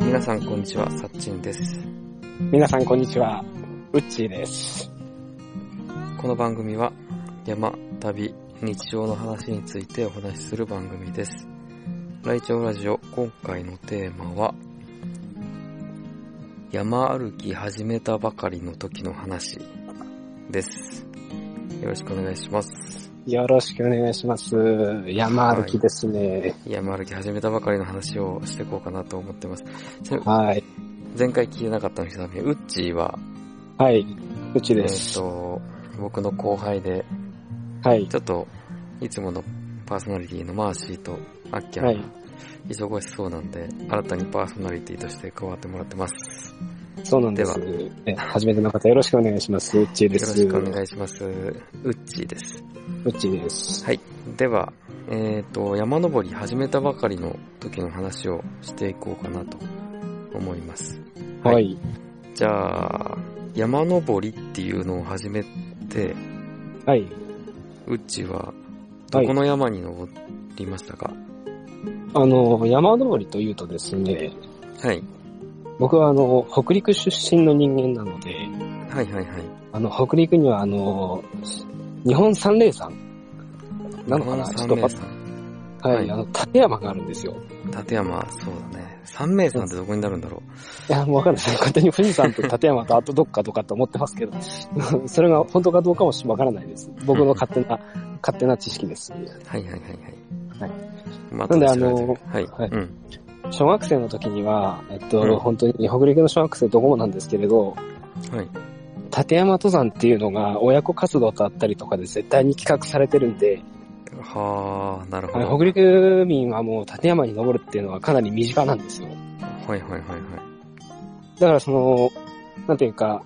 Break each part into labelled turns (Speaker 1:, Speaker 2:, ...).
Speaker 1: 皆さんこんにちは、さっちんです。
Speaker 2: 皆さんこんにちは。うっちーです。
Speaker 1: この番組は山、旅、日常の話についてお話しする番組です。ライチョウラジオ、今回のテーマは、山歩き始めたばかりの時の話です。よろしくお願いします。
Speaker 2: よろしくお願いします。山歩きですね。
Speaker 1: 山歩き始めたばかりの話をしていこうかなと思ってます。ちなみに
Speaker 2: はい。
Speaker 1: 前回聞いてなかったの人のために、ウッチーは、
Speaker 2: はい。うち
Speaker 1: えっ、
Speaker 2: です。
Speaker 1: と、僕の後輩で、
Speaker 2: はい。
Speaker 1: ちょっと、いつものパーソナリティのマーシーとアッキャン、
Speaker 2: はい。
Speaker 1: 忙しそうなんで、新たにパーソナリティとして加わってもらってます。
Speaker 2: そうなんです。え初めての方よろしくお願いします。うっちー
Speaker 1: よろ
Speaker 2: です。
Speaker 1: しくお願いします。ウッチーです。
Speaker 2: うっちーです。
Speaker 1: はい。では、えっ、と、山登り始めたばかりの時の話をしていこうかなと思います。
Speaker 2: はい。
Speaker 1: じゃあ、山登りっていうのを始めて、
Speaker 2: はい。
Speaker 1: ウッチーは、ど
Speaker 2: はい
Speaker 1: この山に登りましたか
Speaker 2: あの、山登りというとですね、
Speaker 1: はい。
Speaker 2: 僕はあの、北陸出身の人間なので、
Speaker 1: はいはいはい。
Speaker 2: あの、北陸にはあの、日本三名山なのかなちょっとパッ
Speaker 1: さん。
Speaker 2: と、はい、あの、立山があるんですよ。
Speaker 1: 立山、そうだね。三名山ってどこになるんだろ
Speaker 2: いや、もうわかんないです。勝手に富士山と立山とあとどっかとかと思ってますけど、 それが本当かどうかもわからないです。僕の勝手な、勝手な知識です。
Speaker 1: う。はいはいはいはい。
Speaker 2: はい
Speaker 1: ま
Speaker 2: なんで
Speaker 1: 調べて
Speaker 2: あ
Speaker 1: はい。
Speaker 2: はい
Speaker 1: うん。
Speaker 2: 小学生の時には、えっと、
Speaker 1: うん
Speaker 2: 本当に北陸の小学生どこもなんですけれど、
Speaker 1: はい。
Speaker 2: 立山登山っていうのが親子活動とあったりとかで絶対に企画されてるんで、
Speaker 1: はあ、なる
Speaker 2: あ
Speaker 1: ほど。
Speaker 2: の北陸民はもう立山に登るっていうのはかなり身近なんですよ。
Speaker 1: はいはいはいはい。
Speaker 2: だからその、なんていうか、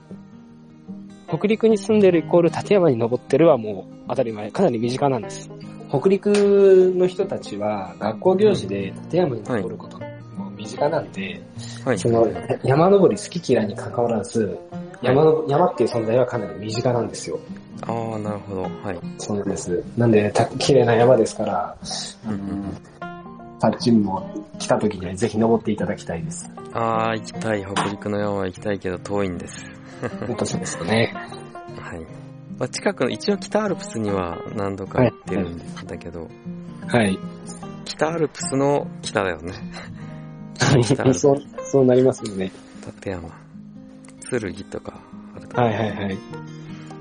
Speaker 2: 北陸に住んでるイコール立山に登ってるはもう当たり前、かなり身近なんです。北陸の人たちは学校行事で立山に登ることも身近なんで、
Speaker 1: はい。
Speaker 2: その山登り好き嫌いに関わらず、山の、山っていう存在はかなり身近なんですよ。
Speaker 1: ああ、なるほど。はい。
Speaker 2: そうです。なんで、た綺麗な山ですから、
Speaker 1: うんうん
Speaker 2: タッチンも来た時にはぜひ登っていただきたいです。
Speaker 1: ああ、行きたい。北陸の山は行きたいけど遠いんです。
Speaker 2: 本当そうですよね。
Speaker 1: はい。まあ、近くの、一応北アルプスには何度か行ってるんだけど、
Speaker 2: はい。
Speaker 1: 北アルプスの北だよね。北アルプス
Speaker 2: そう、そうなりますよね。
Speaker 1: 立山。剣とかあるかな
Speaker 2: はいはいはい。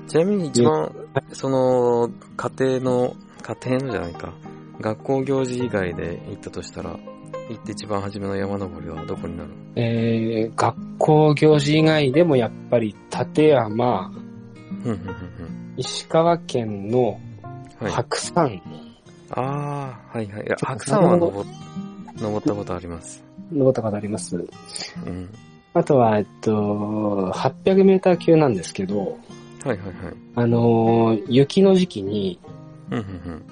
Speaker 1: ちなみに一番、その、家庭の、家庭のじゃないか、学校行事以外で行ったとしたら、行って一番初めの山登りはどこになる
Speaker 2: えー、学校行事以外でもやっぱり立山、
Speaker 1: ふんふんふんふん。
Speaker 2: 石川県の
Speaker 1: はい。
Speaker 2: 白山、
Speaker 1: あー、はいはい。いや白山は登っ、登ったことあります。
Speaker 2: 登ったことあります。
Speaker 1: うん。
Speaker 2: あとは、えっと、800メーター級なんですけど、
Speaker 1: はいはいはい。
Speaker 2: あのー、雪の時期に、
Speaker 1: うんふんふん。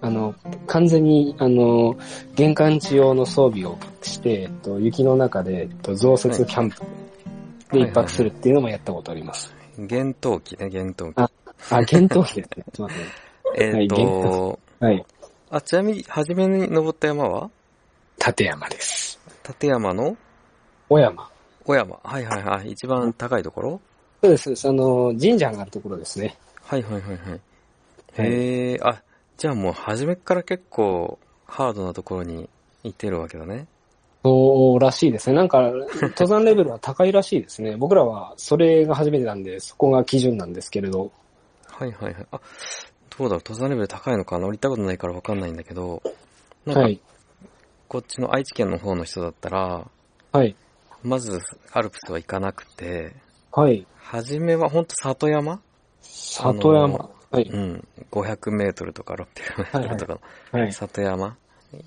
Speaker 2: あの、完全に、あのー、玄関地用の装備をして、えっと、雪の中で、えっと、増設キャンプで一泊するっていうのもやったことあります。
Speaker 1: 厳冬期ね、厳冬期。
Speaker 2: ああ、厳冬期ですね。ちょっと待って
Speaker 1: えっ、
Speaker 2: はい厳
Speaker 1: と、
Speaker 2: はい。
Speaker 1: あ、ちなみに、初めに登った山は
Speaker 2: 立山です。
Speaker 1: 立山の
Speaker 2: 小山。
Speaker 1: 小山。はいはいはい。一番高いところ
Speaker 2: そうですそうです。あの、神社があるところですね。
Speaker 1: はいはいはいはい。
Speaker 2: はい
Speaker 1: へえ、あ、じゃあもう初めから結構ハードなところに行ってるわけだね。
Speaker 2: そうらしいですね。なんか、登山レベルは高いらしいですね。僕らはそれが初めてなんで、そこが基準なんですけれど。
Speaker 1: はいはいはい。あ、どうだろう、登山レベル高いのかな俺行ったことないからわかんないんだけど、なん
Speaker 2: は
Speaker 1: か
Speaker 2: い。
Speaker 1: こっちの愛知県の方の人だったら、
Speaker 2: はい。
Speaker 1: まずアルプスは行かなくて、
Speaker 2: はい。
Speaker 1: 初めはほんと里山
Speaker 2: 里
Speaker 1: あ
Speaker 2: 山
Speaker 1: の。
Speaker 2: はい。
Speaker 1: うん。500メートルとか600メートルとかの
Speaker 2: はい。
Speaker 1: 里山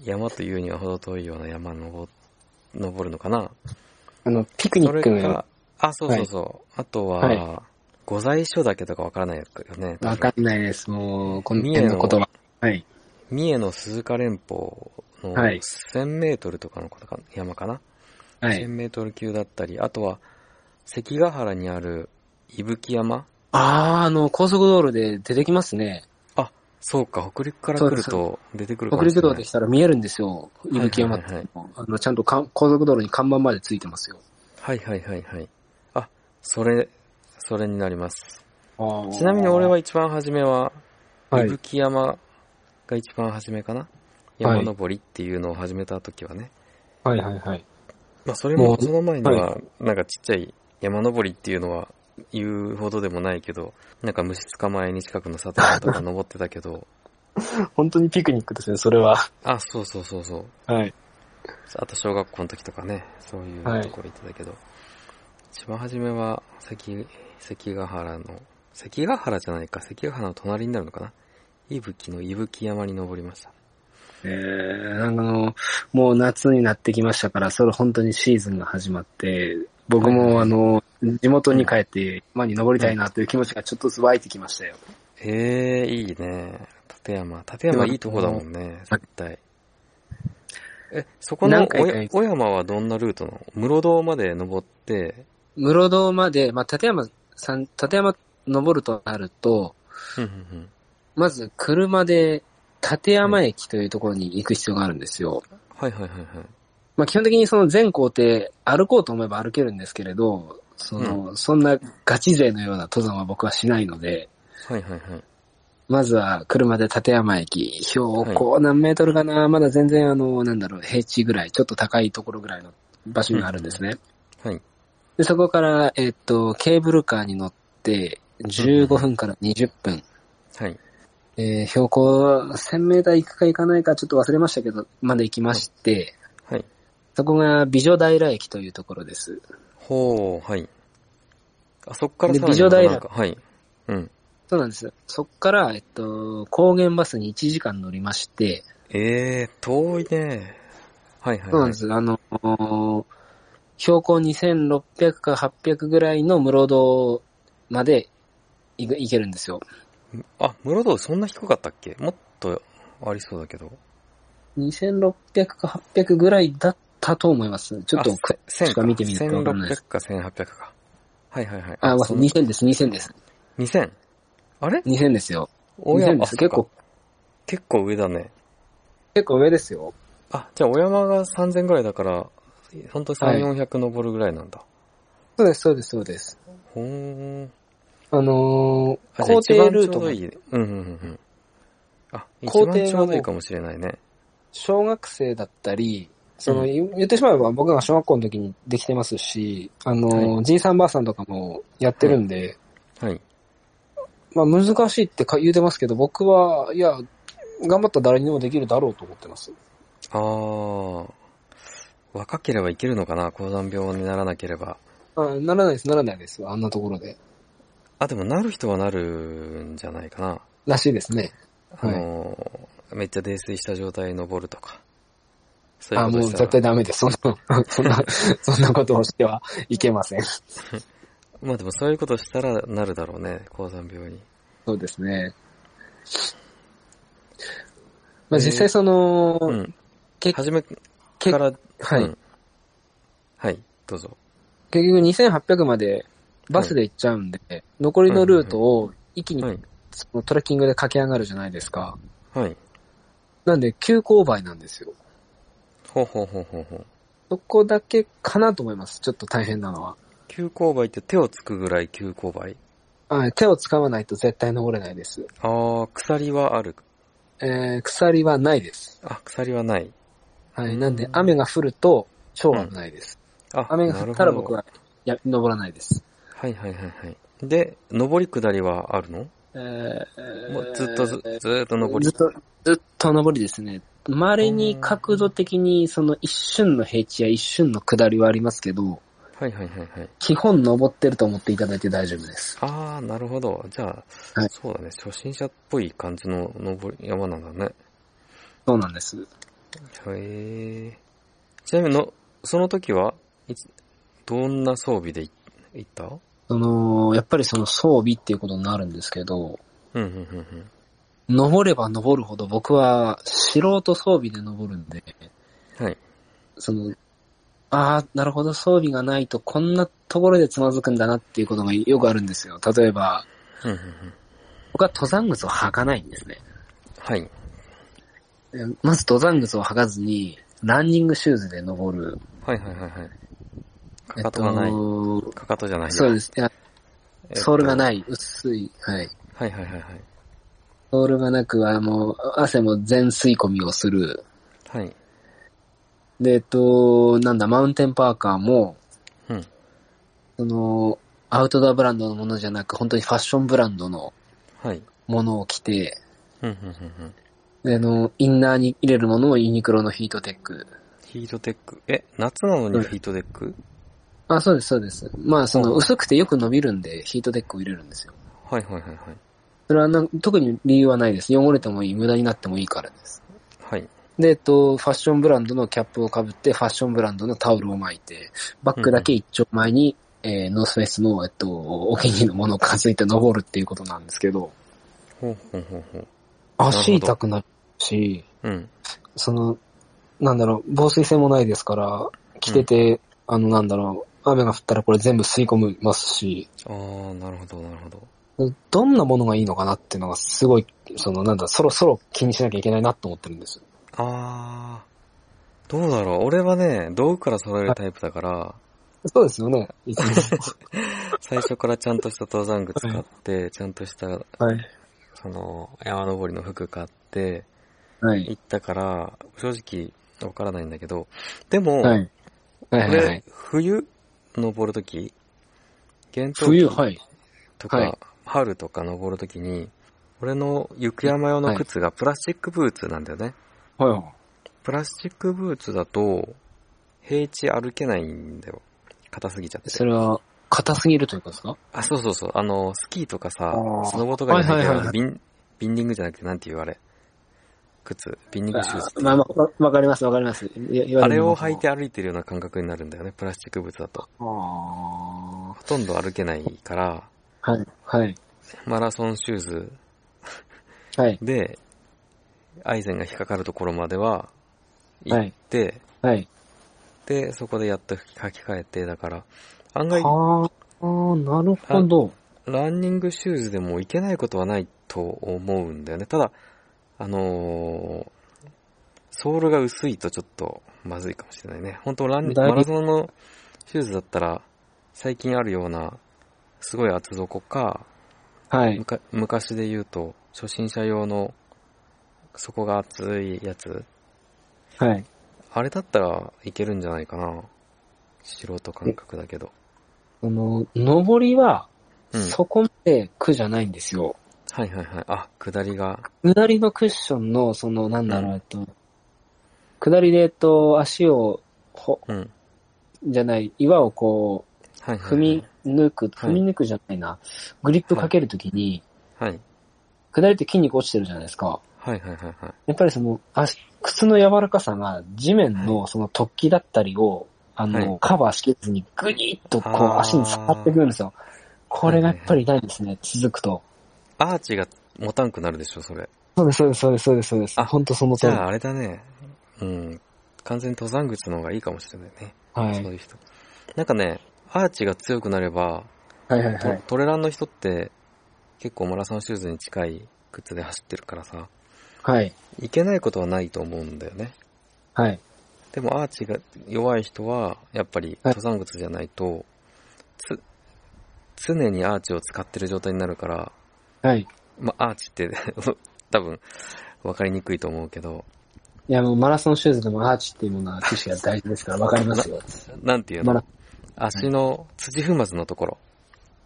Speaker 1: 山というにはほど遠いような山登登るのかな
Speaker 2: あの、ピクニックの
Speaker 1: それ
Speaker 2: よ
Speaker 1: かあ、そうそうそう。あとは、
Speaker 2: はい
Speaker 1: 御在所だけとかわからないよね。
Speaker 2: うな。わかんないです。もう、この
Speaker 1: 三重の
Speaker 2: 辺の言葉。はい。
Speaker 1: 三重の鈴鹿連峰の
Speaker 2: はい
Speaker 1: 1000メートルとかのことか山かな、
Speaker 2: は
Speaker 1: 1000
Speaker 2: い。
Speaker 1: メートル級だったり、あとは、関ヶ原にある伊吹山
Speaker 2: あああ、あの、高速道路で出てきますね。
Speaker 1: そうか、北陸から来ると出てくるか
Speaker 2: 北
Speaker 1: もし
Speaker 2: 陸
Speaker 1: れ
Speaker 2: 道
Speaker 1: な
Speaker 2: で
Speaker 1: い
Speaker 2: 来。たら見えるんですよ。
Speaker 1: い
Speaker 2: 伊吹山って。あの、ちゃんとかん高速道路に看板までついてますよ。
Speaker 1: はいはいはいはい。あ、それ、それになります。
Speaker 2: ああ
Speaker 1: ちなみに俺は、一番初めは、
Speaker 2: は
Speaker 1: 伊
Speaker 2: い。
Speaker 1: 吹山が一番初めかな。山登りっていうのを始めた時はね。
Speaker 2: はいはいはい。
Speaker 1: まあそれ
Speaker 2: も
Speaker 1: も
Speaker 2: う
Speaker 1: その前には、なんかちっちゃい山登りっていうのは言うほどでもないけど、なんか虫捕まえに近くの里山とか登ってたけ ど、
Speaker 2: 本当にピクニックですね、それは。
Speaker 1: あ、そうそうそうそう。
Speaker 2: はい。
Speaker 1: あと小学校の時とかね、そういう
Speaker 2: はい
Speaker 1: ところ行ってたけど、一番初めは関、関ヶ原の、関ヶ原じゃないか、関ヶ原の隣になるのかな伊吹の伊吹山に登りました。
Speaker 2: えー、なんかあの、もう夏になってきましたから、それ本当にシーズンが始まって、僕もあの、地元に帰って山に登りたいなという気持ちがちょっとずつ湧いてきましたよ。
Speaker 1: へえ、いいね。立山。立山いいとこだもんね、
Speaker 2: うん
Speaker 1: 絶対。え、そこの
Speaker 2: 何回か行っ
Speaker 1: 小山はどんなルートなの室堂まで登って、
Speaker 2: 室堂まで、まあ、立山さん、立山登るとなると、
Speaker 1: ふんふんふん
Speaker 2: まず車で立山駅というところに行く必要があるんですよ。
Speaker 1: はいはいはいはい。
Speaker 2: まあ、基本的にその全行程歩こうと思えば歩けるんですけれど、その、そんなガチ勢のような登山は僕はしないので、
Speaker 1: はいはいはい。
Speaker 2: まずは車で立山駅、標高何メートルかな、まだ全然あの、なんだろう、平地ぐらい、ちょっと高いところぐらいの場所にあるんですね。
Speaker 1: はい。
Speaker 2: で、そこから、えっと、ケーブルカーに乗って、15分から20分、
Speaker 1: はい。
Speaker 2: えー標高1000メーター行くか行かないかちょっと忘れましたけど、まで行きまして、
Speaker 1: はい。
Speaker 2: そこが美女平駅というところです。
Speaker 1: ほう、はい。あ、そっから
Speaker 2: で
Speaker 1: さらに
Speaker 2: 美女平
Speaker 1: なんかはい。うん。
Speaker 2: そうなんです。そっから、えっと、高原バスに1時間乗りまして、
Speaker 1: ええー、遠いね。はいはい、はい。
Speaker 2: そうなんで。す。あの、標高2600か800ぐらいの室堂まで行く行けるんですよ。
Speaker 1: あ、室堂そんな低かったっけもっとありそうだけど。
Speaker 2: 2600か800ぐらいだったと思います。ちょっと
Speaker 1: あ、
Speaker 2: く
Speaker 1: せ
Speaker 2: しか見てみるとわかんないです
Speaker 1: 1600か1800か。はいはいはい。
Speaker 2: あ、わ
Speaker 1: そんな
Speaker 2: 2000です、2000です。
Speaker 1: 2000。あれ
Speaker 2: 2000ですよ。
Speaker 1: 大
Speaker 2: 2000
Speaker 1: 山
Speaker 2: で
Speaker 1: あ
Speaker 2: す。
Speaker 1: そっか
Speaker 2: 結構、
Speaker 1: 結構上だね。
Speaker 2: 結構上ですよ。
Speaker 1: あ、じゃあ小山が3000ぐらいだから、ほんと
Speaker 2: はい
Speaker 1: 3、400登るぐらいなんだ。
Speaker 2: そうです、そうです、そうです。
Speaker 1: ほーん。
Speaker 2: あのー、
Speaker 1: あ、じゃあ
Speaker 2: 校
Speaker 1: 一
Speaker 2: 庭
Speaker 1: 番
Speaker 2: ルー
Speaker 1: ちょ
Speaker 2: ト
Speaker 1: うど
Speaker 2: も
Speaker 1: いいね。うんうんうんうん。あ、
Speaker 2: 校
Speaker 1: 一
Speaker 2: 庭がもう
Speaker 1: 番ちょうどいいかもしれないね。
Speaker 2: 小学生だったり、そうの、
Speaker 1: ん
Speaker 2: 言言ってしまえば僕が小学校の時にできてますし、あ
Speaker 1: は
Speaker 2: の、じいさんばあさんとかもやってるんで、
Speaker 1: はい。
Speaker 2: まあ難しいってか言うてますけど、僕は、いや、頑張ったら誰にでもできるだろうと思ってます。
Speaker 1: あー。若ければいけるのかな高山病にならなければ。
Speaker 2: あならないです、ならないです、あんなところで。
Speaker 1: あ、でもなる人はなるんじゃないかな。
Speaker 2: らしいですね。
Speaker 1: あ
Speaker 2: はい
Speaker 1: のーめっちゃ泥酔した状態で登るとか。そういう
Speaker 2: あ
Speaker 1: こと
Speaker 2: もう
Speaker 1: した
Speaker 2: 絶
Speaker 1: ら
Speaker 2: 対ダメです。そんな、そんな、そんなことをしてはいけません。
Speaker 1: まあでもそういうことしたらなるだろうね、高山病に。
Speaker 2: そうですね。まあ実際その、
Speaker 1: うん。
Speaker 2: け
Speaker 1: 初めか
Speaker 2: け
Speaker 1: ら、
Speaker 2: はい
Speaker 1: うんはい、どうぞ。
Speaker 2: 結局2800までバスで行っちゃうんで、残りのルートを一気に
Speaker 1: はい、
Speaker 2: そのトレッキングで駆け上がるじゃないですか。
Speaker 1: はい。
Speaker 2: なんで急勾配なんですよ。
Speaker 1: ほうほうほうほうほう。
Speaker 2: そこだけかなと思います。ちょっと大変なのは。
Speaker 1: 急勾配って手をつくぐらい急勾配
Speaker 2: はい手を掴まないと絶対登れないです。
Speaker 1: あー、鎖はある。
Speaker 2: えー、鎖はないです。
Speaker 1: あ、鎖はない。
Speaker 2: は
Speaker 1: う
Speaker 2: い。
Speaker 1: ん
Speaker 2: なんで雨が降ると超危ないです。
Speaker 1: あ、
Speaker 2: 雨が降ったら僕
Speaker 1: なる
Speaker 2: はや登らないです。
Speaker 1: ほど。はいはいはいはい。で、上り下りはあるの
Speaker 2: え
Speaker 1: もう
Speaker 2: ー、
Speaker 1: ずっとず、
Speaker 2: えー
Speaker 1: ずーっと上り。
Speaker 2: ずっと、ずっと登りですね。稀に角度的にその一瞬の平地や一瞬の下りはありますけど、
Speaker 1: はいはいはいはい。
Speaker 2: 基本登ってると思っていただいて大丈夫です。
Speaker 1: あー、なるほど。じゃあ、
Speaker 2: はい
Speaker 1: そうだね。初心者っぽい感じの登り、山なんだね。
Speaker 2: そうなんです。
Speaker 1: へえ。ちなみにの、その時はいつ、どんな装備でい行ったうん
Speaker 2: その、やっぱりその装備っていうことになるんですけど、
Speaker 1: うんうんうん。
Speaker 2: 登れば登るほど僕は素人装備で登るんで、
Speaker 1: はい。
Speaker 2: その、ああ、なるほど、装備がないとこんなところでつまずくんだなっていうことがよくあるんですよ。例えば、
Speaker 1: うんうんうん
Speaker 2: 僕は登山靴を履かないんですね。
Speaker 1: はい。
Speaker 2: でまず登山靴を履かずに、ランニングシューズで登る。
Speaker 1: はいはいはいはい。か
Speaker 2: え
Speaker 1: か
Speaker 2: っ
Speaker 1: とがない。
Speaker 2: と、
Speaker 1: かかとじゃないや。
Speaker 2: そうです。いや、
Speaker 1: えっと
Speaker 2: ソールがない、薄い、はい。
Speaker 1: はいはいはいはい。
Speaker 2: ソールがなくは、もう、汗も全吸い込みをする。
Speaker 1: はい。
Speaker 2: で、えっと、なんだ、マウンテンパーカーも、
Speaker 1: うん。
Speaker 2: その、アウトドアブランドのものじゃなく、本当にファッションブランドの
Speaker 1: はい。
Speaker 2: ものを着て、
Speaker 1: うんうんうんうん。
Speaker 2: であの、インナーに入れるものをユニクロのヒートテック。
Speaker 1: ヒートテック。え、夏なのにヒートテック、
Speaker 2: あ、そうです、そうです。まあ、そ
Speaker 1: うん
Speaker 2: の、薄くてよく伸びるんで、ヒートテックを入れるんですよ。
Speaker 1: はいはいはいはい。
Speaker 2: それはな、特に理由はないです。汚れてもいい、無駄になってもいいからです。
Speaker 1: はい。
Speaker 2: で、えっと、ファッションブランドのキャップをかぶって、ファッションブランドのタオルを巻いて、バッグだけ一丁前に、えー、ノースフェイスの、えっと、お気に入りのものを担いで登るっていうことなんですけど、
Speaker 1: ほうほうほうほう。
Speaker 3: 足痛くなるし、
Speaker 1: うん。
Speaker 3: その、なんだろう、防水性もないですから、着てて、あの、なんだろう、雨が降ったらこれ全部吸い込みますし、
Speaker 1: あー、なるほどなるほど。
Speaker 3: どんなものがいいのかなっていうのがすごい、その、なんだ、そろそろ気にしなきゃいけないなと思ってるんです。
Speaker 1: あー。どうだろう俺はね、道具から揃えるタイプだから、
Speaker 3: そうですよね、いつも。
Speaker 1: 最初からちゃんとした登山靴買って、ちゃんとした、
Speaker 2: はい。
Speaker 1: その、山登りの服買って、
Speaker 2: はい。
Speaker 1: 行ったから、正直、わからないんだけど、でも、
Speaker 2: はい。はい
Speaker 1: こ
Speaker 2: はいはい
Speaker 1: れ。、冬登るとき、厳冬
Speaker 2: 冬、
Speaker 1: 期
Speaker 2: はい。
Speaker 1: とか、
Speaker 2: はい
Speaker 1: 春とか登るときに、俺の雪山用の靴がプラスチックブーツなんだよね。
Speaker 2: はいはい。
Speaker 1: プラスチックブーツだと、平地歩けないんだよ。硬すぎちゃって。
Speaker 2: それは、硬すぎるということですか
Speaker 1: あ、そうそうそう。あの、スキーとかさ
Speaker 2: あー、
Speaker 1: スノボとかじゃないけ
Speaker 2: はいはいはい
Speaker 1: ど、
Speaker 2: は
Speaker 1: ビ
Speaker 2: い
Speaker 1: ン、ビンディングじゃなくて、なんて言うあれ。靴、ビンディングシューズっていう
Speaker 2: まあまあ、わわかります、わかります。いいわゆる
Speaker 1: あれを履いて歩いてるような感覚になるんだよね、プラスチックブーツだと。
Speaker 2: ああ
Speaker 1: ほとんど歩けないから、
Speaker 2: はい、はい、
Speaker 1: マラソンシューズ
Speaker 2: はい、
Speaker 1: で、アイゼンが引っかかるところまでは
Speaker 2: は
Speaker 1: 行っ
Speaker 2: い、
Speaker 1: て、
Speaker 2: はい。
Speaker 1: で、そこでやっと履き替えて、だから、案外、
Speaker 2: はあ、なるほど。
Speaker 1: ランニングシューズでもいけないことはないと思うんだよね。ただ、あのーソールが薄いとちょっとまずいかもしれないね。本当ランニ
Speaker 2: だいぶ
Speaker 1: マラソンのシューズだったら、最近あるような、すごい厚底か、
Speaker 2: はい
Speaker 1: む、か昔で言うと、初心者用の、底が厚いやつ。
Speaker 2: はい。
Speaker 1: あれだったらいけるんじゃないかな。素人感覚だけど。
Speaker 2: あの、登りは、
Speaker 1: うん。
Speaker 2: そこまで苦じゃないんですよ。
Speaker 1: はいはいはい。あ、下りが。
Speaker 2: 下りのクッションの、その、なんだろ
Speaker 1: う
Speaker 2: う、
Speaker 1: ん
Speaker 2: えっと、下りで、えっと、足を、ほ、
Speaker 1: うん。はい
Speaker 2: じゃない、岩をこ、
Speaker 1: はいうはい。
Speaker 2: 踏み抜く、
Speaker 1: はい
Speaker 2: 踏み抜くじゃないな、グリップかけるときに、
Speaker 1: はい。
Speaker 2: 下りって筋肉落ちてるじゃないですか。
Speaker 1: はいはいはいはい。
Speaker 2: やっぱりその、足、靴の柔らかさが地面のその突起だったりを、あの、
Speaker 1: はい
Speaker 2: カバーしきれずにグニッとこ
Speaker 1: あー
Speaker 2: う足に刺さってくるんですよ。これがやっぱりないですね、続くと。
Speaker 1: アーチが持たんくなるでしょ、それ。
Speaker 3: そうです、そうです、そうです、そうです。
Speaker 1: あ
Speaker 3: 本当その
Speaker 1: じ
Speaker 3: 通り。
Speaker 1: ゃあ、あれだね。うん。完全に登山靴の方がいいかもしれないね。
Speaker 3: は
Speaker 1: そう
Speaker 3: い。
Speaker 1: いう人。なんかね、アーチが強くなれば、
Speaker 2: はいはい
Speaker 1: ト。トレランの人って、結構マラソンシューズに近い靴で走ってるからさ、
Speaker 2: はい。
Speaker 1: いけないことはないと思うんだよね。
Speaker 2: はい。
Speaker 1: でもアーチが弱い人は、やっぱり登山靴じゃないと、つ、常にアーチを使ってる状態になるから、
Speaker 2: はい。
Speaker 1: まあ、アーチって 多分、わかりにくいと思うけど、
Speaker 2: いや、もうマラソンシューズでもアーチっていうものは知識が大事ですからわかります よ。
Speaker 1: なんていう
Speaker 2: マ
Speaker 1: の
Speaker 2: ラ
Speaker 1: 足の土踏まずのところ、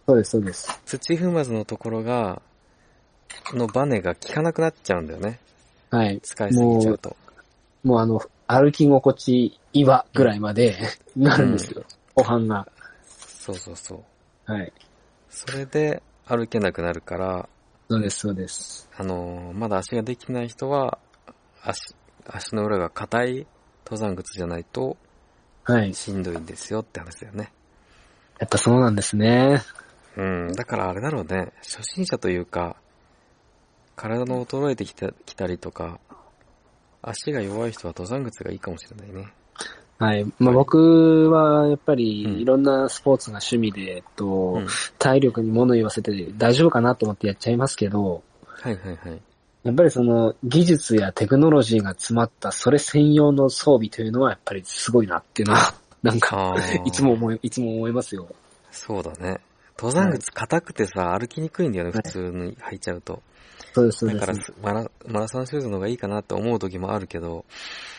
Speaker 2: そうです、そうです。
Speaker 1: 土踏まずのところが、のバネが効かなくなっちゃうんだよね。
Speaker 2: はい。
Speaker 1: 使いすぎちゃうと。
Speaker 2: もうあの、歩き心地岩ぐらいまでなるんですよ。おはんが。
Speaker 1: そうそうそう。
Speaker 2: はい。
Speaker 1: それで歩けなくなるから、
Speaker 2: そうです、そうです。
Speaker 1: あのーまだ足ができない人は、足、足の裏が硬い登山靴じゃないと
Speaker 2: はい。
Speaker 1: しんどいんですよって話だよね。
Speaker 2: やっぱそうなんですね。
Speaker 1: うん、だからあれだろうね。初心者というか、体の衰えてきたきたりとか、足が弱い人は登山靴がいいかもしれないね。
Speaker 2: はい。まあ、
Speaker 1: はい
Speaker 2: 僕は、やっぱり、
Speaker 1: うん
Speaker 2: いろんなスポーツが趣味で、えっと、
Speaker 1: うん
Speaker 2: 体力に物言わせて大丈夫かなと思ってやっちゃいますけど、
Speaker 1: はいはいはい。
Speaker 2: やっぱりその、技術やテクノロジーが詰まった、それ専用の装備というのは、やっぱりすごいなっていうのは、なんか、
Speaker 1: あー
Speaker 2: いつも思い、いつも思いますよ。
Speaker 1: そうだね。登山靴硬くてさ、歩きにくいんだよね、普通に履いちゃうと。
Speaker 2: そうです、そう
Speaker 1: だ
Speaker 2: で
Speaker 1: から
Speaker 2: す。
Speaker 1: すマラ、マラソンシューズの方がいいかなって思う時もあるけど、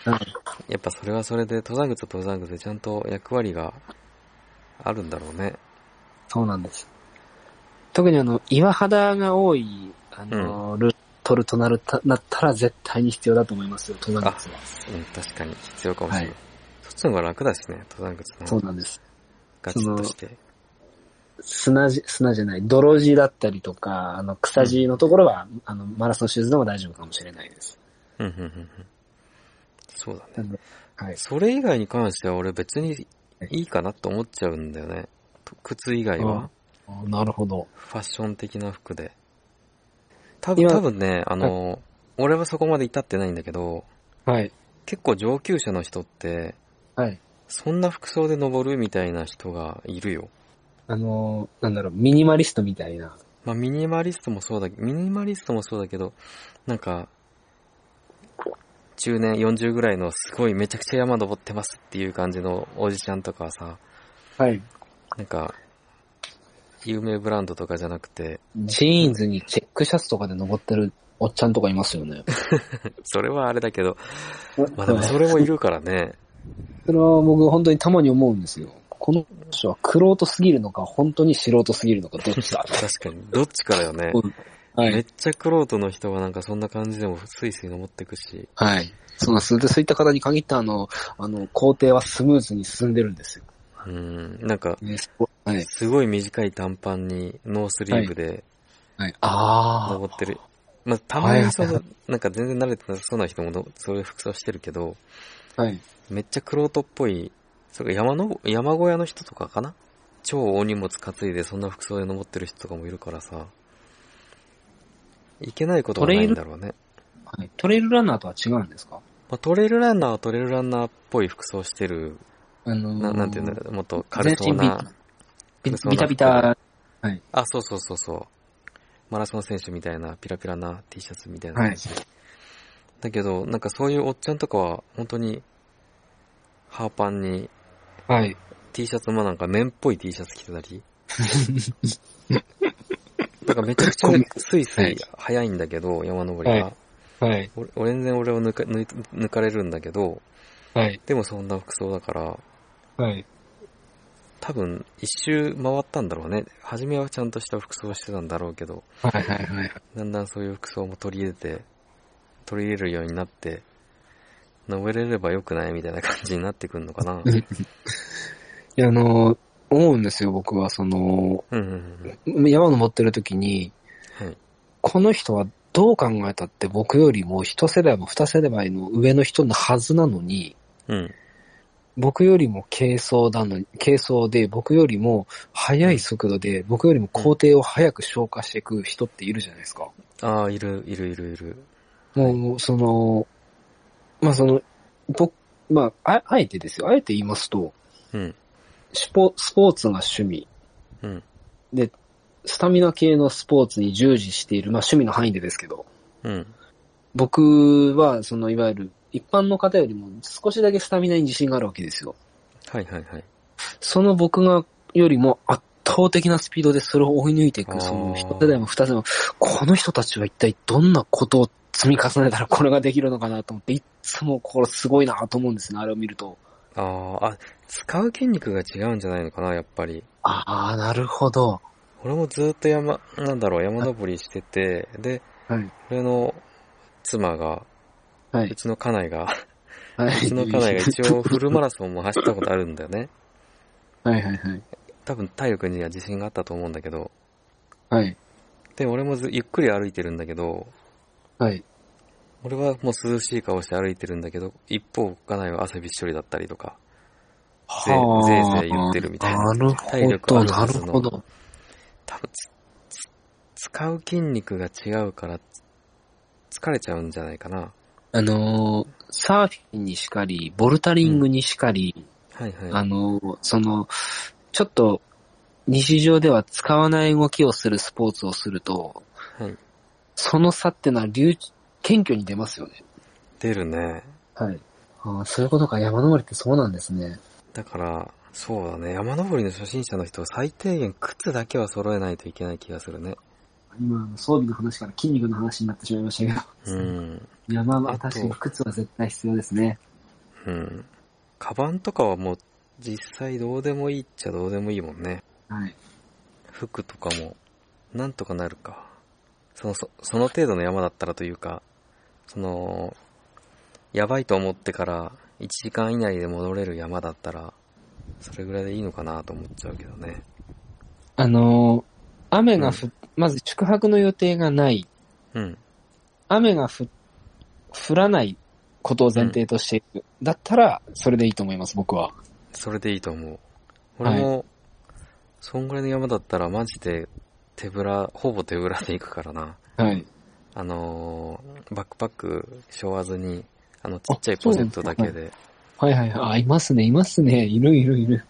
Speaker 2: はい
Speaker 1: やっぱそれはそれで、登山靴と登山靴でちゃんと役割があるんだろうね。
Speaker 2: そうなんです。特にあの、岩肌が多い、あの、ルート取るとなるた、なったら絶対に必要だと思いますよ、登山靴は。
Speaker 1: うん、確かに必要かもしれない。
Speaker 2: はい
Speaker 1: そっちの方が楽だしね、登山靴の
Speaker 2: そ
Speaker 1: 方
Speaker 2: う
Speaker 1: が
Speaker 2: なんです。
Speaker 1: ガチッとして。
Speaker 2: 砂地、砂じゃない、泥地だったりとか、あの、草地のところは、あの、マラソンシューズでも大丈夫かもしれないです。
Speaker 1: うんうんうんうん。そうだね。
Speaker 2: なんではい。
Speaker 1: それ以外に関しては俺別にいいかなと思っちゃうんだよね。と靴以外
Speaker 2: うん
Speaker 1: は、
Speaker 2: なるほど。
Speaker 1: ファッション的な服で。多分、
Speaker 2: 今
Speaker 1: 多分ね、あの、俺はそこまで至ってないんだけど、
Speaker 2: はい。
Speaker 1: 結構上級者の人って、
Speaker 2: はい。
Speaker 1: そんな服装で登るみたいな人がいるよ。
Speaker 2: あのー、なんだろう、ミニマリストみたいな。
Speaker 1: まあ、ミニマリストもそうだけど、ミニマリストもそうだけど、なんか、中年40ぐらいのすごいめちゃくちゃ山登ってますっていう感じのおじちゃんとかはさ、
Speaker 2: はい。
Speaker 1: なんか、有名ブランドとかじゃなくて、
Speaker 2: ジーンズにチェックシャツとかで登ってるおっちゃんとかいますよね。
Speaker 1: それはあれだけど、 まあでもそれもいるからね。
Speaker 2: それは僕本当にたまに思うんですよ。この人は苦労とすぎるのか、本当に素人すぎるのか、どっちだ
Speaker 1: 確かに。どっちかだよね。
Speaker 2: は
Speaker 1: めっ。ちゃクロートの人はなんかそんな感じでもスイスイ登ってくし。
Speaker 2: はい。そうなんです。で、そういった方に限ったあの、あの、工程はスムーズに進んでるんですよ。
Speaker 1: うん。なんか、
Speaker 2: ね、そうはい。
Speaker 1: すごい短い短パンにノースリーブで
Speaker 2: はい。あ
Speaker 1: 登ってる。まあ、たまにそ
Speaker 2: はいは
Speaker 1: の、なんか全然慣れてなさそうな人ものそういう服装してるけど、
Speaker 2: あ。はい。
Speaker 1: めっちゃクロートっぽい、それか山の、山小屋の人とかかな超大荷物担いでそんな服装で登ってる人とかもいるからさ、いけないことはないんだろうね。
Speaker 2: はい。トレイルランナーとは違うんですか
Speaker 1: まあ、トレイルランナーはトレイルランナーっぽい服装してる、
Speaker 2: あのー
Speaker 1: ななんていうんだろう、もっと軽そうな。
Speaker 2: ビ
Speaker 1: 軽そうな
Speaker 2: ビタビタ。
Speaker 1: あ、そうそうそうそう。マラソン選手みたいな、ピラピラな T シャツみたいな。
Speaker 2: はい。
Speaker 1: だけど、なんかそういうおっちゃんとかは、本当に、ハーパンに、
Speaker 2: はい。
Speaker 1: T シャツもなんか綿っぽい T シャツ着て たり。だからめちゃくちゃスイスイ早いんだけど、山登りが。
Speaker 4: はいはい。
Speaker 1: 俺俺全然俺を抜か抜い抜かれるんだけど、
Speaker 4: はい。
Speaker 1: でもそんな服装だから、
Speaker 4: はい。
Speaker 1: 多分一周回ったんだろうね。初めはちゃんとした服装をしてたんだろうけど、
Speaker 2: はいはいはい。
Speaker 1: だんだんそういう服装も取り入れて、取り入れるようになって、登れればよくないみたいな感じになってくんのかな。うん
Speaker 2: いや、あのー、思うんですよ、僕は。その、
Speaker 1: うんうん。
Speaker 2: 山登ってる時に、
Speaker 1: はい。
Speaker 2: この人はどう考えたって僕よりも一世代も二世代の上の人のはずなのに、
Speaker 1: うん。
Speaker 2: 僕よりも軽装だのに、軽装で僕よりも速い速度で僕よりも工程を早く消化していく人っているじゃないですか。
Speaker 1: ああ、いる、いる、いる、いる。
Speaker 2: もう、その、まあその、僕、まあ、ああえてですよ。あえて言いますと、
Speaker 1: うん。
Speaker 2: スポスポーツが趣味。
Speaker 1: うん。
Speaker 2: で、スタミナ系のスポーツに従事している、まあ趣味の範囲でですけど、
Speaker 1: うん。
Speaker 2: 僕は、その、いわゆる、一般の方よりも少しだけスタミナに自信があるわけですよ。
Speaker 1: はいはいはい。
Speaker 2: その僕が、よりも圧倒的なスピードでそれを追い抜いてい
Speaker 1: あー
Speaker 2: く、その、一世代も二世代も、この人たちは一体どんなことを積み重ねたらこれができるのかなと思って、いつもこれすごいなと思うんですね、あれを見ると。
Speaker 1: ああ、あ、使う筋肉が違うんじゃないのかな、やっぱり。
Speaker 2: ああ、なるほど。
Speaker 1: 俺もずっと山、なんだろう、山登りしてて、で、
Speaker 2: はい。
Speaker 1: 俺の妻が、
Speaker 2: は
Speaker 1: う
Speaker 2: い。
Speaker 1: ちの家内 が、
Speaker 2: は
Speaker 1: う
Speaker 2: い。
Speaker 1: ちの家内が一応フルマラソンも走ったことあるんだよね。
Speaker 2: はいはいはい。
Speaker 1: 多分体力には自信があったと思うんだけど。
Speaker 2: はい。
Speaker 1: で、俺もずゆっくり歩いてるんだけど、
Speaker 2: はい。
Speaker 1: 俺はもう涼しい顔して歩いてるんだけど、一方、家内は汗びっしょりだったりとか、ぜい
Speaker 2: はあ
Speaker 1: ぜいぜい言ってるみたいな。
Speaker 2: なる
Speaker 1: 体
Speaker 2: ほ
Speaker 1: 力あ
Speaker 2: ど、
Speaker 1: る
Speaker 2: な
Speaker 1: は
Speaker 2: る
Speaker 1: ずの
Speaker 2: ほど。
Speaker 1: 多分つつ使う筋肉が違うから、つ疲れちゃうんじゃないかな。
Speaker 5: あのーサーフィンにしかり、ボルタリングにしかり、
Speaker 1: はいはい。
Speaker 5: あのーその、ちょっと、日常では使わない動きをするスポーツをすると、
Speaker 1: はい
Speaker 5: その差ってのは流、謙虚に出ますよね。
Speaker 1: 出るね。
Speaker 5: はい。ああ、そういうことか。山登りってそうなんですね。
Speaker 1: だから、そうだね。山登りの初心者の人は最低限靴だけは揃えないといけない気がするね。
Speaker 2: 今、装備の話から筋肉の話になってしまいましたけ ど。
Speaker 1: うん。
Speaker 2: 山は
Speaker 1: あと
Speaker 2: 確かに靴は絶対必要ですね。
Speaker 1: うん。カバンとかはもう実際どうでもいいっちゃどうでもいいもんね。
Speaker 2: はい。
Speaker 1: 服とかもなんとかなるか。その、そその程度の山だったらというか、その、やばいと思ってから1時間以内で戻れる山だったら、それぐらいでいいのかなと思っちゃうけどね。
Speaker 5: あのー雨がふ、まず宿泊の予定がない。
Speaker 1: うん。
Speaker 5: 雨がふ、降らないことを前提としている。だったら、それでいいと思います、僕は。
Speaker 1: それでいいと思う。俺も、そんぐらいの山だったらマジで手ぶら、ほぼ手ぶらで行くからな。
Speaker 5: はい。
Speaker 1: あのーバックパック背負わずに、あの、ちっちゃいポセットだけで、
Speaker 5: はいはいはい。あ、いますね、いますね。いるいるいる。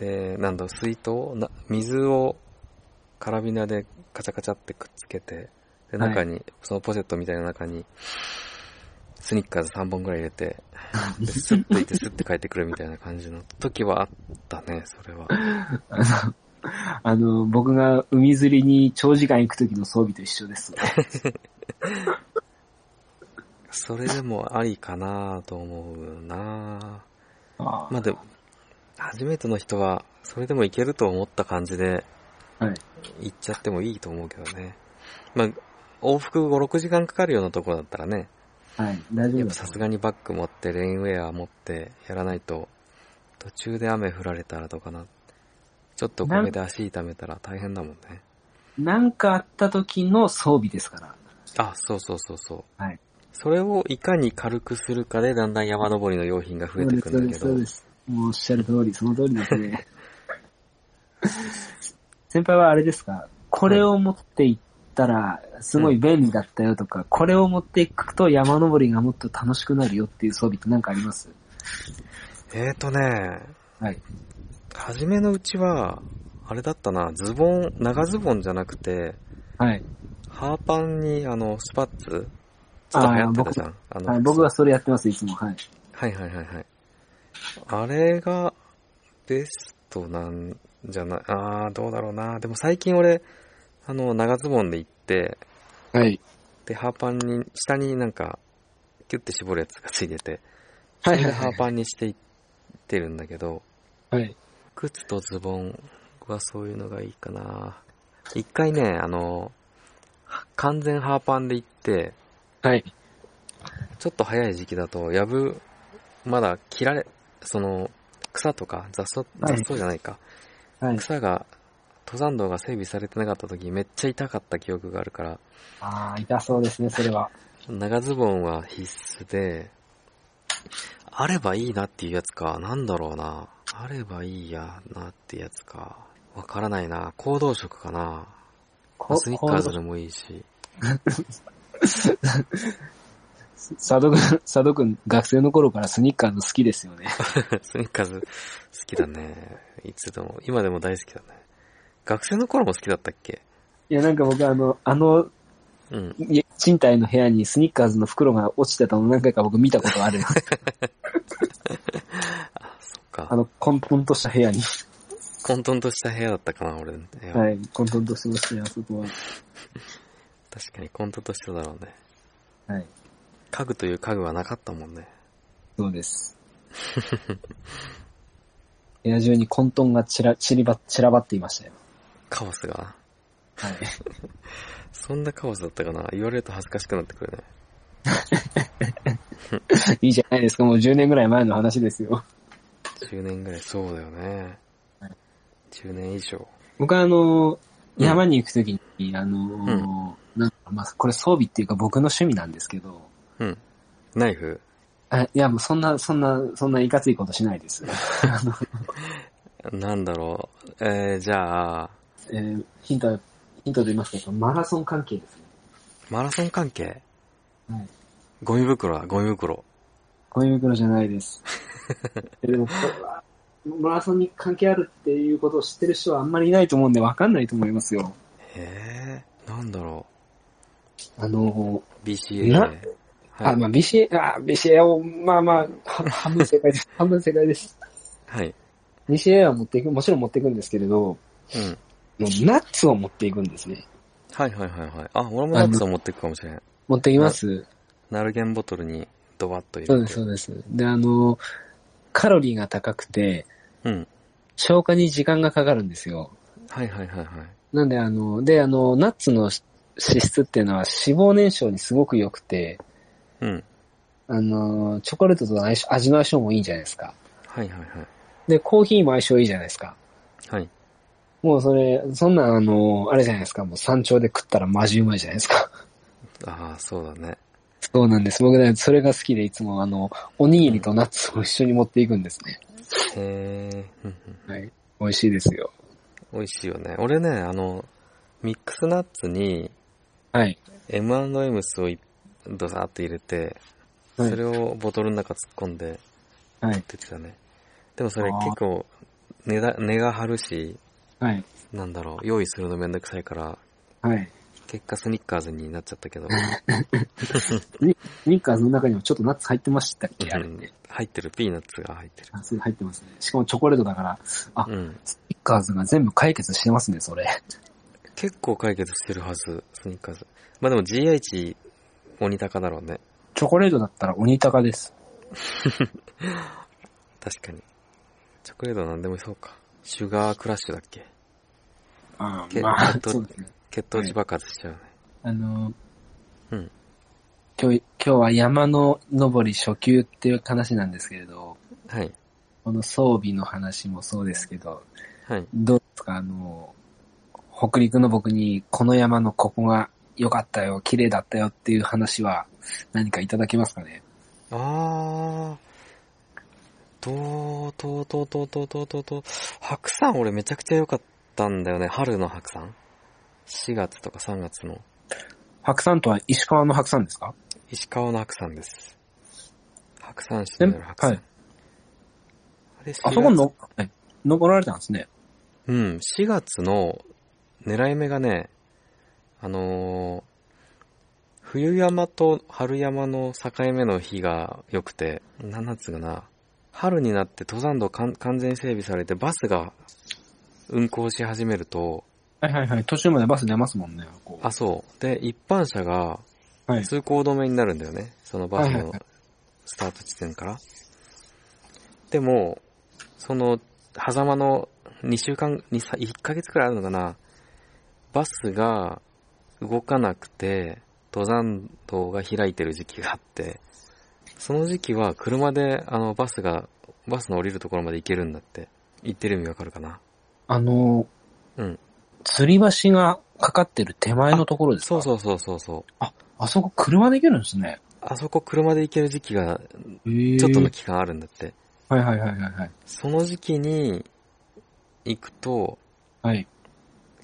Speaker 1: で、なんだ、水筒な水をカラビナでカチャカチャってくっつけて、で、
Speaker 2: はい
Speaker 1: 中に、そのポセットみたいな中に、スニッカーズ3本ぐらい入れて、 でスッと行ってスッて帰ってくるみたいな感じの時はあったね、それは。
Speaker 2: あの、あの僕が海釣りに長時間行く時の装備と一緒です。
Speaker 1: それでもありかなと思うな
Speaker 2: あ
Speaker 1: まあでも、初めての人は、それでもいけると思った感じで、
Speaker 2: はい
Speaker 1: 行っちゃってもいいと思うけどね。まあ、往復5、6時間かかるようなところだったらね、
Speaker 2: はい。大丈
Speaker 1: やっ
Speaker 2: 夫で
Speaker 1: ぱさ
Speaker 2: す。
Speaker 1: すがにバッグ持って、レインウェア持ってやらないと、途中で雨降られたらとかな、ちょっとおかげで足痛めたら大変だもんね。
Speaker 2: なんかあった時の装備ですから。
Speaker 1: あ、そうそうそうそう。
Speaker 2: はい
Speaker 1: それをいかに軽くするかで、だんだん山登りの用品が増えてく
Speaker 2: そ
Speaker 1: ん
Speaker 2: う
Speaker 1: だ
Speaker 2: で
Speaker 1: け
Speaker 2: す、
Speaker 1: ど
Speaker 2: そう。です。もうおっしゃる通り、その通りですね。 先輩はあれですかこれを持っていったら、すごい便利だったよとか、これを持っていくと山登りがもっと楽しくなるよっていう装備って何かあります
Speaker 1: えーとね、
Speaker 2: はい。
Speaker 1: 初めのうちは、あれだったな、ズボン、長ズボンじゃなくて、
Speaker 2: はい。
Speaker 1: ハーパンに、あの、スパッツちょ
Speaker 2: あ
Speaker 1: っと
Speaker 2: ー
Speaker 1: 流行ってたじゃん。あの、
Speaker 2: はい、僕はそれやってます、いつも。はい。
Speaker 1: はいはいはいはい。あれが、ベストなんじゃない、あー、どうだろうな。でも最近俺、あの、長ズボンで行って、
Speaker 5: はい。
Speaker 1: で、ハーパンに、下になんか、キュッて絞るやつがついてて、そ
Speaker 5: は
Speaker 1: れ
Speaker 5: い
Speaker 1: で
Speaker 5: はい
Speaker 1: ハ
Speaker 5: は
Speaker 1: ーパンにしていってるんだけど、
Speaker 5: い。はい。
Speaker 1: 靴とズボンはそういうのがいいかな。一回ね、あの、は完全ハーパンで行って、
Speaker 5: はい。
Speaker 1: ちょっと早い時期だと、やぶ、まだ切られ、その、草とか雑草、
Speaker 2: はい
Speaker 1: 雑草じゃないか。
Speaker 2: はい。
Speaker 1: 草が、登山道が整備されてなかった時めっちゃ痛かった記憶があるから、
Speaker 6: ああ、痛そうですね、それは。
Speaker 1: 長ズボンは必須で、あればいいなっていうやつか、なんだろうな。あればいいやなってやつか。わからないな。行動色かな。
Speaker 6: こ
Speaker 1: スニッカーズでもいいし。
Speaker 5: 佐渡君、佐渡君、学生の頃からスニッカーズ好きですよね。
Speaker 1: スニッカーズ好きだね。いつでも、今でも大好きだね。学生の頃も好きだったっけ
Speaker 2: いや、なんか僕あの、あの、
Speaker 1: うん。
Speaker 2: いや賃貸の部屋にスニッカーズの袋が落ちてたの何回か僕見たことあ る。
Speaker 1: あ、そっか
Speaker 2: あ。の、混沌とした部屋に。
Speaker 1: 混沌とした部屋だったかな、俺の部屋。
Speaker 2: はい、混沌としてましたよ、あそこは。
Speaker 1: 確かに混沌としてただろうね。
Speaker 2: はい。
Speaker 1: 家具という家具はなかったもんね。
Speaker 2: そ うです。部屋中に混沌が散ら、散りば、散らばっていましたよ。
Speaker 1: カオスが。
Speaker 2: はい。
Speaker 1: そんなカオスだったかな。言われると恥ずかしくなってくるね。
Speaker 2: いいじゃないですか、もう10年ぐらい前の話ですよ。
Speaker 1: 10年ぐらい、そうだよね。10年以上。
Speaker 2: 僕はあの、
Speaker 1: うん
Speaker 2: 山に行くときに、あの、なんか、まあ、これ装備っていうか僕の趣味なんですけど、
Speaker 1: うん。ナイフ
Speaker 2: あいや、もうそんな、そんな、そんないかついことしないです。あの、
Speaker 1: なんだろう。えー、じゃあ、
Speaker 2: えーヒント、ヒントで言いますけど、マラソン関係ですね。
Speaker 1: マラソン関係
Speaker 2: はい
Speaker 1: ゴミ袋だ、ゴミ袋。
Speaker 2: ゴミ袋じゃないです。 えでも、これは、マラソンに関係あるっていうことを知ってる人はあんまりいないと思うんで、わかんないと思いますよ。
Speaker 1: へえ、なんだろ
Speaker 2: あの、
Speaker 1: う。BCA
Speaker 2: な
Speaker 1: ね。は
Speaker 2: あ、
Speaker 1: い。
Speaker 2: まあ、BCA、あ、BCA を、まあまあ、は半分正解です。 半分正解です。
Speaker 1: はい。
Speaker 2: BCA は持っていく、もちろん持っていくんですけれど、
Speaker 1: うん。
Speaker 2: もうナッツを持っていくんですね。
Speaker 1: はいはいはいはい。あ、俺もナッツを持ってくかもしれん。
Speaker 7: 持ってきます
Speaker 1: ナルゲンボトルにドバッと入れて。
Speaker 7: そうです、そうです。で、あの、カロリーが高くて、
Speaker 1: うん。
Speaker 7: 消化に時間がかかるんですよ。
Speaker 1: はいはいはいはい。
Speaker 7: なんで、あの、で、あの、ナッツの脂質っていうのは脂肪燃焼にすごく良くて、
Speaker 1: うん。
Speaker 7: あの、チョコレートとの相性、味の相性もいいんじゃないですか。
Speaker 1: はいはいはい。
Speaker 7: で、コーヒーも相性いいじゃないですか。
Speaker 1: はい。
Speaker 7: もうそれ、そんなんあの、あれじゃないですか、もう山頂で食ったらマジうまいじゃないですか。
Speaker 1: ああ、そうだね。
Speaker 7: そうなんです。僕ね、それが好きでいつもあの、おにぎりとナッツを一緒に持っていくんですね。
Speaker 1: へえ、うんうん
Speaker 7: 美味しいですよ。
Speaker 1: 美味しいよね。俺ね、あの、ミックスナッツに
Speaker 7: はい。
Speaker 1: M&M スをいドサーって入れて、
Speaker 7: はい
Speaker 1: それをボトルの中突っ込んで、
Speaker 7: はい
Speaker 1: 食ってたね。でもそれ結構、値だ値が張るし、
Speaker 7: はい。
Speaker 1: なんだろう、用意するのめんどくさいから、
Speaker 7: はい。
Speaker 1: 結果スニッカーズになっちゃっ たけど、
Speaker 2: ニッカーズの中にもちょっとナッツ入ってましたっけあれ
Speaker 1: うん入ってる、ピーナッツが入ってる。
Speaker 2: あそれ入ってますね。しかもチョコレートだから、あ
Speaker 1: うん。
Speaker 2: ニッカーズが全部解決してますね、それ。
Speaker 1: 結構解決してるはず、スニッカーズ。まあでも GI 値、鬼高だろうね。
Speaker 2: チョコレートだったら鬼高です。
Speaker 1: 確かに。チョコレートなんでもそうか。シュガークラッシュだっけ
Speaker 2: あ
Speaker 1: け
Speaker 2: まあ
Speaker 1: け、っと
Speaker 2: そうですね。
Speaker 1: 血糖値爆発しちゃうね。
Speaker 2: あの、
Speaker 1: うん
Speaker 2: 今日、今日は山の登り初級っていう話なんですけれど、
Speaker 1: はい。
Speaker 2: この装備の話もそうですけど、
Speaker 1: はい。
Speaker 2: どうですか、あの、北陸の僕にこの山のここが良かったよ、綺麗だったよっていう話は何かいただけますかね
Speaker 1: あー。とうとうとうとうとうとうとうとう。白山俺めちゃくちゃ良かったんだよね。春の白山。4月とか3月の。
Speaker 2: 白山とは石川の白山ですか
Speaker 1: 石川の白山です。白山市の白山。
Speaker 2: はい
Speaker 1: あれ、4月
Speaker 2: あそこの、はい登られたんですね。
Speaker 1: うん、4月の狙い目がね、あのー冬山と春山の境目の日が良くて、なんなんつうかな、春になって登山道かん完全整備されてバスが運行し始めると、
Speaker 2: はいはいはい。途中までバス出ますもんね。こう
Speaker 1: あ、そう。で、一般車が
Speaker 2: はい
Speaker 1: 通行止めになるんだよね。そのバス
Speaker 2: はいはい
Speaker 1: のスタート地点から。でも、その、狭間の2週間、2、さ1ヶ月くらいあるのかな。バスが動かなくて、登山道が開いてる時期があって、その時期は車で、あの、バスが、バスの降りるところまで行けるんだって。行ってる意味わかるかな。
Speaker 2: あの、
Speaker 1: うん。
Speaker 2: 吊り橋がかかってる手前のところですか
Speaker 1: そうそうそうそうそう。
Speaker 2: あそこ車で行けるんですね。
Speaker 1: あそこ車で行ける時期が
Speaker 2: ち
Speaker 1: ちょっとの期間あるんだって。
Speaker 2: はいはいはいはいはい。
Speaker 1: その時期に行くと、
Speaker 2: はい。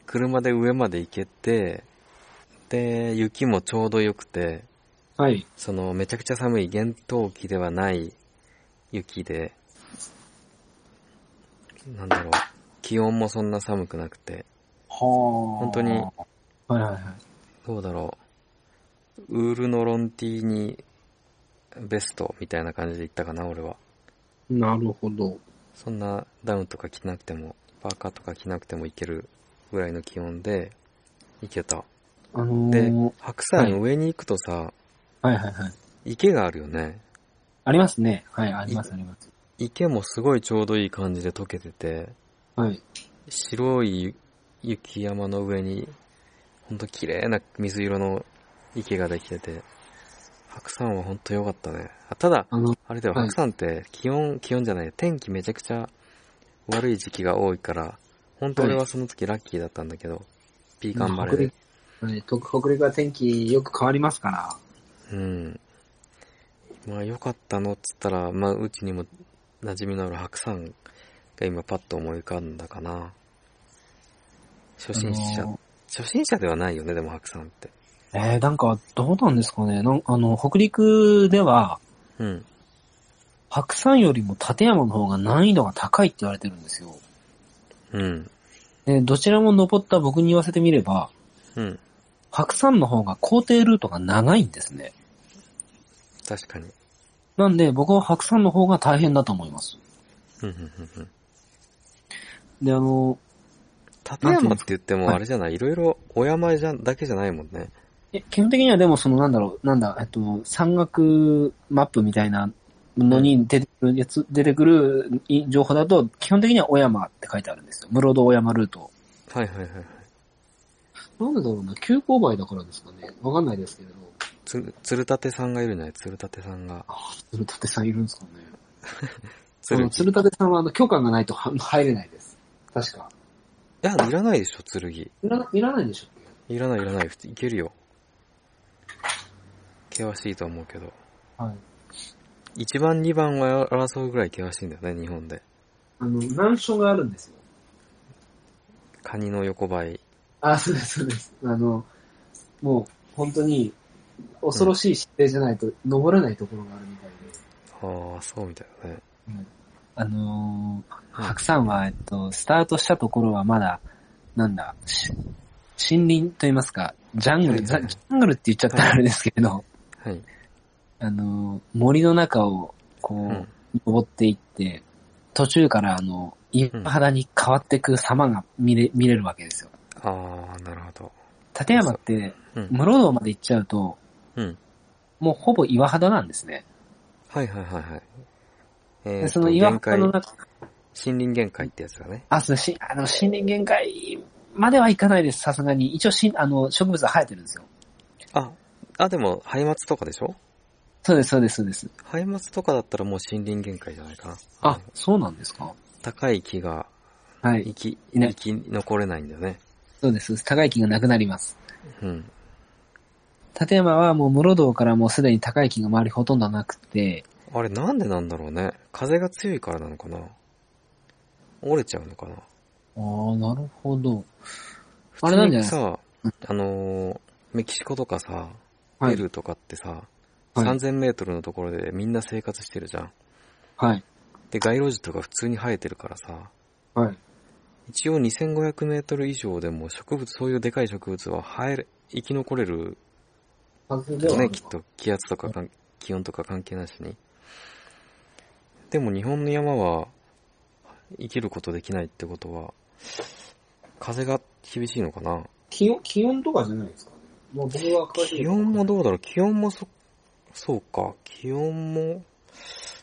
Speaker 1: 車で上まで行けて、で、雪もちょうど良くて、
Speaker 2: はい。
Speaker 1: そのめちゃくちゃ寒い厳冬期ではない雪で、なんだろう、気温もそんな寒くなくて、
Speaker 2: はあ。本
Speaker 1: 当に
Speaker 2: はいはいはい。
Speaker 1: どうだろう、ウールのロンティーにベストみたいな感じで行ったかな、俺は。
Speaker 2: なるほど。
Speaker 1: そんなダウンとか着なくても、パーカーとか着なくてもいけるぐらいの気温で、行けた。
Speaker 2: あのー、
Speaker 1: で、白山上に行くとさ、
Speaker 2: はいはいはい。
Speaker 1: 池があるよね。
Speaker 2: ありますね。はい、ありますあります。
Speaker 1: 池もすごいちょうどいい感じで溶けてて、
Speaker 2: はい。
Speaker 1: 白い雪山の上に、ほんと綺麗な水色の池ができてて、白山はほんと良かったね。あただ、
Speaker 2: あの、
Speaker 1: あれだよ、
Speaker 2: はい
Speaker 1: 白山って気温、気温じゃない、天気めちゃくちゃ悪い時期が多いから、ほんと俺はその時ラッキーだったんだけど、ピーカンバレーで。
Speaker 2: はい、と北陸は天気よく変わりますから。
Speaker 1: うん。まあ良かったのっつったら、まあうちにも馴染みのある白山が今パッと思い浮かんだかな。初心者、
Speaker 2: あのー
Speaker 1: 初心者ではないよね、でも白山って。
Speaker 2: えー、なんか、どうなんですかね。なんあの、北陸では、
Speaker 1: うん。
Speaker 2: 白山よりも立山の方が難易度が高いって言われてるんですよ。
Speaker 1: うん。
Speaker 2: でどちらも登った僕に言わせてみれば、
Speaker 1: うん。
Speaker 2: 白山の方が工程ルートが長いんですね。
Speaker 1: 確かに。
Speaker 2: なんで、僕は白山の方が大変だと思います。
Speaker 1: うん、うん、うんうん。
Speaker 2: で、あの、
Speaker 1: 立山って言ってもあれじゃない、いろいろお山じゃんだけじゃないもんね。
Speaker 2: え基本的にはでもそのなんだろう、なんだ、えっと、山岳マップみたいなのに出てくるやつ、出てくるい情報だと、基本的には小山って書いてあるんですよ。室戸小山ルート。
Speaker 1: はいはいはいはい。
Speaker 8: なんでだろうな、急勾配だからですかね。わかんないですけれど。
Speaker 1: つ、鶴立さんがいるんじゃない鶴立さんが。
Speaker 8: 鶴立さんいるんですかね。あ
Speaker 1: 鶴
Speaker 8: の、鶴立さんはあの、許可がないとは入れないです。確か。
Speaker 1: いや、いらないでしょ、剣。い
Speaker 8: いらない、いらないんでしょうね
Speaker 1: らないいらない。普通いけるよ。険しいと思うけど。
Speaker 8: はい。
Speaker 1: 1番、2番は争うぐらい険しいんだよね、日本で。
Speaker 8: あの、難所があるんですよ。
Speaker 1: カニの横ばい。
Speaker 8: あ、そうです、そうです。あの、もう、本当に、恐ろしい姿勢じゃないと、登れないところがあるみたいです。
Speaker 1: ああ、そうみたいだね。
Speaker 2: あのー、白山は、えっと、スタートしたところはまだ、なんだ、し森林と言いますか、ジャングル、ザジャングルって言っちゃったらあれですけど、
Speaker 1: はい。
Speaker 2: あのー、森の中を、こう、
Speaker 1: うん。
Speaker 2: 登っていって、途中からあの、岩肌に変わってく様が見れ、見れるわけですよ。
Speaker 1: ああ、なるほど。
Speaker 2: 立山って、
Speaker 1: うん。
Speaker 2: 室堂まで行っちゃうと、
Speaker 1: うん。
Speaker 2: もうほぼ岩肌なんですね。
Speaker 1: はいはいはいはい。えー
Speaker 2: で
Speaker 1: と、
Speaker 2: その岩
Speaker 1: 限
Speaker 2: 肌
Speaker 1: 界、
Speaker 2: の
Speaker 1: 森
Speaker 2: 中、
Speaker 1: 林限界ってやつだね。
Speaker 2: あ、そうし、あの、森林限界までは行かないです、さすがに。一応し、あの、植物は生えてるんですよ。
Speaker 1: あ、あ、でも、ハイマツとかでしょ
Speaker 2: そうです、そうです、そうです。
Speaker 1: ハイマツとかだったらもう森林限界じゃないかな。
Speaker 2: あ、そうなんですか
Speaker 1: 高い木が
Speaker 2: はい
Speaker 1: 生。き、
Speaker 2: いな
Speaker 1: 生き残れないんだよね。
Speaker 2: そうです。高い木がなくなります。
Speaker 1: うん。
Speaker 2: 立山はもう室堂からもうすでに高い木が周りほとんどなくて、
Speaker 1: あれなんでなんだろうね。風が強いからなのかな折れちゃうのかな
Speaker 2: ああ、なるほど。
Speaker 1: 普
Speaker 2: あれなんじゃない
Speaker 1: 通にさ、あのーメキシコとかさ、
Speaker 2: はい
Speaker 1: ペルーとかってさ、
Speaker 2: はい
Speaker 1: 3000メートルのところでみんな生活してるじゃん。
Speaker 2: はい。
Speaker 1: で、街路樹とか普通に生えてるからさ、
Speaker 8: はい。
Speaker 1: 一応2500メートル以上でも植物、そういうでかい植物は生える、生き残れる
Speaker 8: はずで
Speaker 1: よ
Speaker 8: はあ
Speaker 1: ね、
Speaker 8: る
Speaker 1: きっと気圧とかかん気温とか関係なしに。でも日本の山は生きることできないってことは、風が厳しいのかな
Speaker 8: 気温、気温とかじゃないですかね。もう僕は詳しい
Speaker 1: 気温もどうだろう気温もそ、そうか。気温も、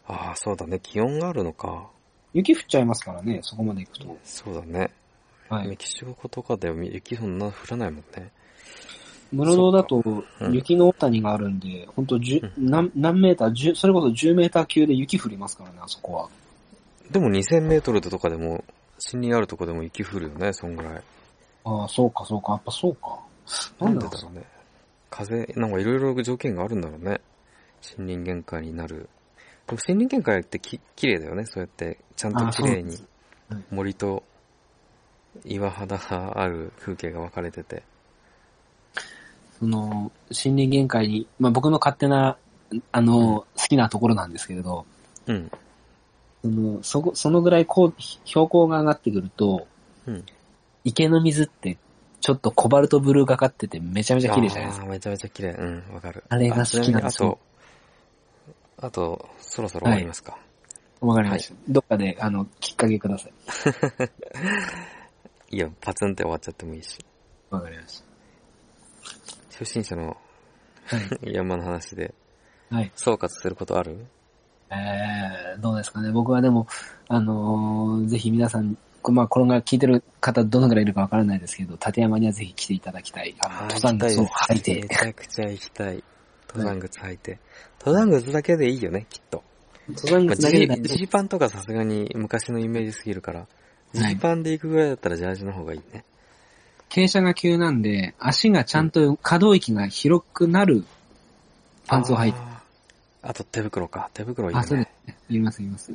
Speaker 1: ああ、そうだね。気温があるのか。
Speaker 2: 雪降っちゃいますからね、そこまで行くと。
Speaker 1: そうだね。
Speaker 2: はい
Speaker 1: メキシコとかでは雪そんな降らないもんね。
Speaker 2: 室堂だと
Speaker 1: うん
Speaker 2: 雪の大谷があるんで、ほんと十何何メーター、十それこそ10メーター級で雪降りますからね、あそこは。
Speaker 1: でも2000メートルとかでも、森林あるとこでも雪降るよね、そんぐらい。
Speaker 2: ああ、そうか、そうか、やっぱそうか。
Speaker 1: な
Speaker 2: なんん
Speaker 1: で
Speaker 2: で
Speaker 1: だ
Speaker 2: だ
Speaker 1: ろ
Speaker 2: ろ
Speaker 1: うね。風、なんかいろいろ条件があるんだろうね。森林限界になる。でも森林限界ってき、綺麗だよね。そうやって、ちゃんと綺麗に
Speaker 8: あそうです
Speaker 1: 森と岩肌がある風景が分かれてて。
Speaker 2: その、森林限界に、まあ僕の勝手な、あの、好きなところなんですけれど、
Speaker 1: うん。
Speaker 2: その、そこ、そのぐらいこう、標高が上がってくると、
Speaker 1: うん
Speaker 2: 池の水って、ちょっとコバルトブルーがかっててめちゃめちゃ綺麗じゃないですか。
Speaker 1: あーめちゃめちゃ綺麗。うん、わかる。
Speaker 2: あれが好きなんですよ
Speaker 1: よ。あちなみにあと、あと、そろそろ終わりますか。
Speaker 2: わかりました。どっかで、あの、きっかけください。
Speaker 1: い、いよ、パツンって終わっちゃってもいいし。
Speaker 2: わかりまし
Speaker 1: 初心者の
Speaker 2: た。はい。
Speaker 1: 山の話で、
Speaker 2: はい。
Speaker 1: 総括することある
Speaker 2: えー、どうですかね。僕はでも、あのーぜひ皆さん、こまあ、これが聞いてる方、どのくらいいるかわからないですけど、立山にはぜひ来ていただきたい。あの、登山靴を履い
Speaker 1: あー行きたいめ
Speaker 2: て。
Speaker 1: ちゃくちゃ行きたい。登山靴履いて。登山靴だけでいいよね、きっと。
Speaker 2: 登山
Speaker 1: まあジ
Speaker 2: 靴だけで大
Speaker 1: ー
Speaker 2: 丈
Speaker 1: ジーパンとかさすがに昔のイメージすぎるから、ジーパンで行くぐらいだったらジャージの方がいいね。
Speaker 2: 傾斜が急なんで、足がちゃんと可動域が広くなるパンツを履いて。
Speaker 1: あー。あと手袋か。手袋いい
Speaker 2: あ、
Speaker 1: よ
Speaker 2: そうで
Speaker 1: ね
Speaker 2: す。ね。いります、いります。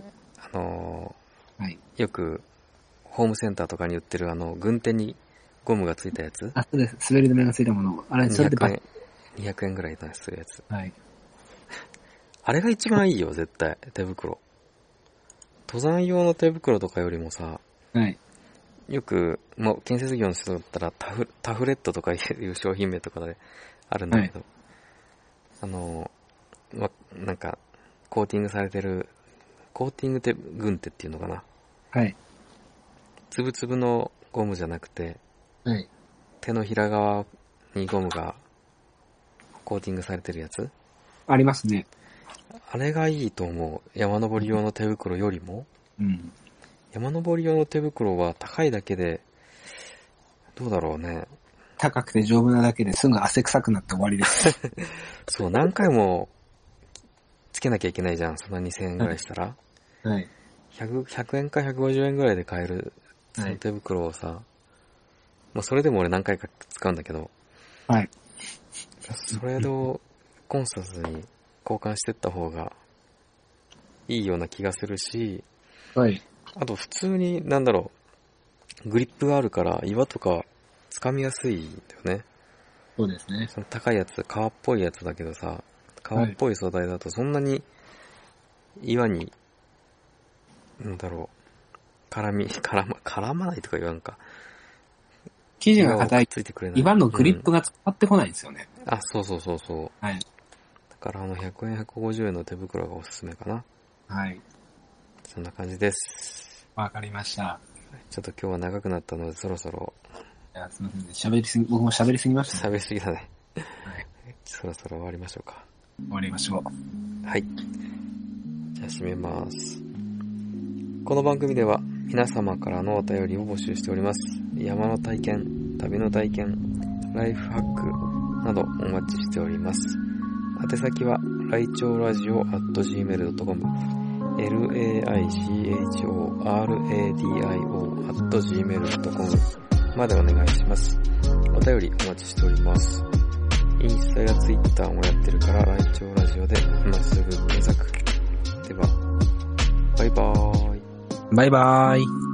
Speaker 1: あの
Speaker 2: はい。
Speaker 1: ーよく、ホームセンターとかに売ってるあの、軍手にゴムがついたやつ
Speaker 2: あ、そうです。滑り止めがついたもの。あれ、それで
Speaker 1: 200
Speaker 2: バッ
Speaker 1: 円、 200円ぐらいするやつ。
Speaker 9: はい。
Speaker 1: あれが一番いいよ、絶対。手袋。登山用の手袋とかよりもさ、
Speaker 9: はい。
Speaker 1: よく、まあ、建設業の人だったらタフ、タフレットとかいう商品名とかであるんだけど、あの、ま、なんか、コーティングされてる、コーティングて軍手っていうのかな。
Speaker 9: はい。
Speaker 1: つぶつぶのゴムじゃなくて、
Speaker 9: はい
Speaker 1: 手のひら側にゴムがコーティングされてるやつ
Speaker 9: ありますね。
Speaker 1: あれがいいと思う。山登り用の手袋よりも。
Speaker 9: うん。
Speaker 1: 山登り用の手袋は高いだけで、どうだろうね。
Speaker 9: 高くて丈夫なだけですぐ汗臭くなって終わりです。
Speaker 1: そう、何回もつけなきゃいけないじゃん。そんな2000円ぐらいしたら。
Speaker 9: はい。
Speaker 1: 100, 100円か150円ぐらいで買える、その手袋をさ、まあそれでも俺何回か使うんだけど、
Speaker 9: はい。
Speaker 1: それをコンスタンスに交換してった方がいいような気がするし、
Speaker 9: はい。
Speaker 1: あと普通に、なんだろう、グリップがあるから岩とか掴みやすいんだよね。
Speaker 9: そうですね。
Speaker 1: その高いやつ、革っぽいやつだけどさ、革っぽい素材だとそんなに岩に、なんだろう、絡み、 絡ま、絡まないとか言わんか。
Speaker 9: 生地が硬い。
Speaker 1: ついてくれない。
Speaker 9: 今のグリッ
Speaker 1: う
Speaker 9: プが伝わってこないんですよね。
Speaker 1: んあ、そうそうそうそう。
Speaker 9: はい。
Speaker 1: だからあの100円、150円の手袋がおすすめかな。
Speaker 9: はい。
Speaker 1: そんな感じです。
Speaker 9: わかりました。
Speaker 1: ちょっと今日は長くなったのでそろそろ
Speaker 9: いや、すみません。喋りすぎ、僕も喋りすぎましたね。
Speaker 1: 喋りすぎだね。
Speaker 9: はい
Speaker 1: そろそろ終わりましょうか。
Speaker 9: 終わりましょう。
Speaker 1: はい。じゃあ閉めます。この番組では皆様からのお便りを募集しております。山の体験、旅の体験、ライフハックなどお待ちしております。宛先は、来庁ラジオ at gmail.com、laichoradio at gmail.com までお願いします。お便りお待ちしております。インスタやツイッターもやってるから、ライチョウラジオで今すぐ検索。では、バイバーイ。
Speaker 9: バイバーイ。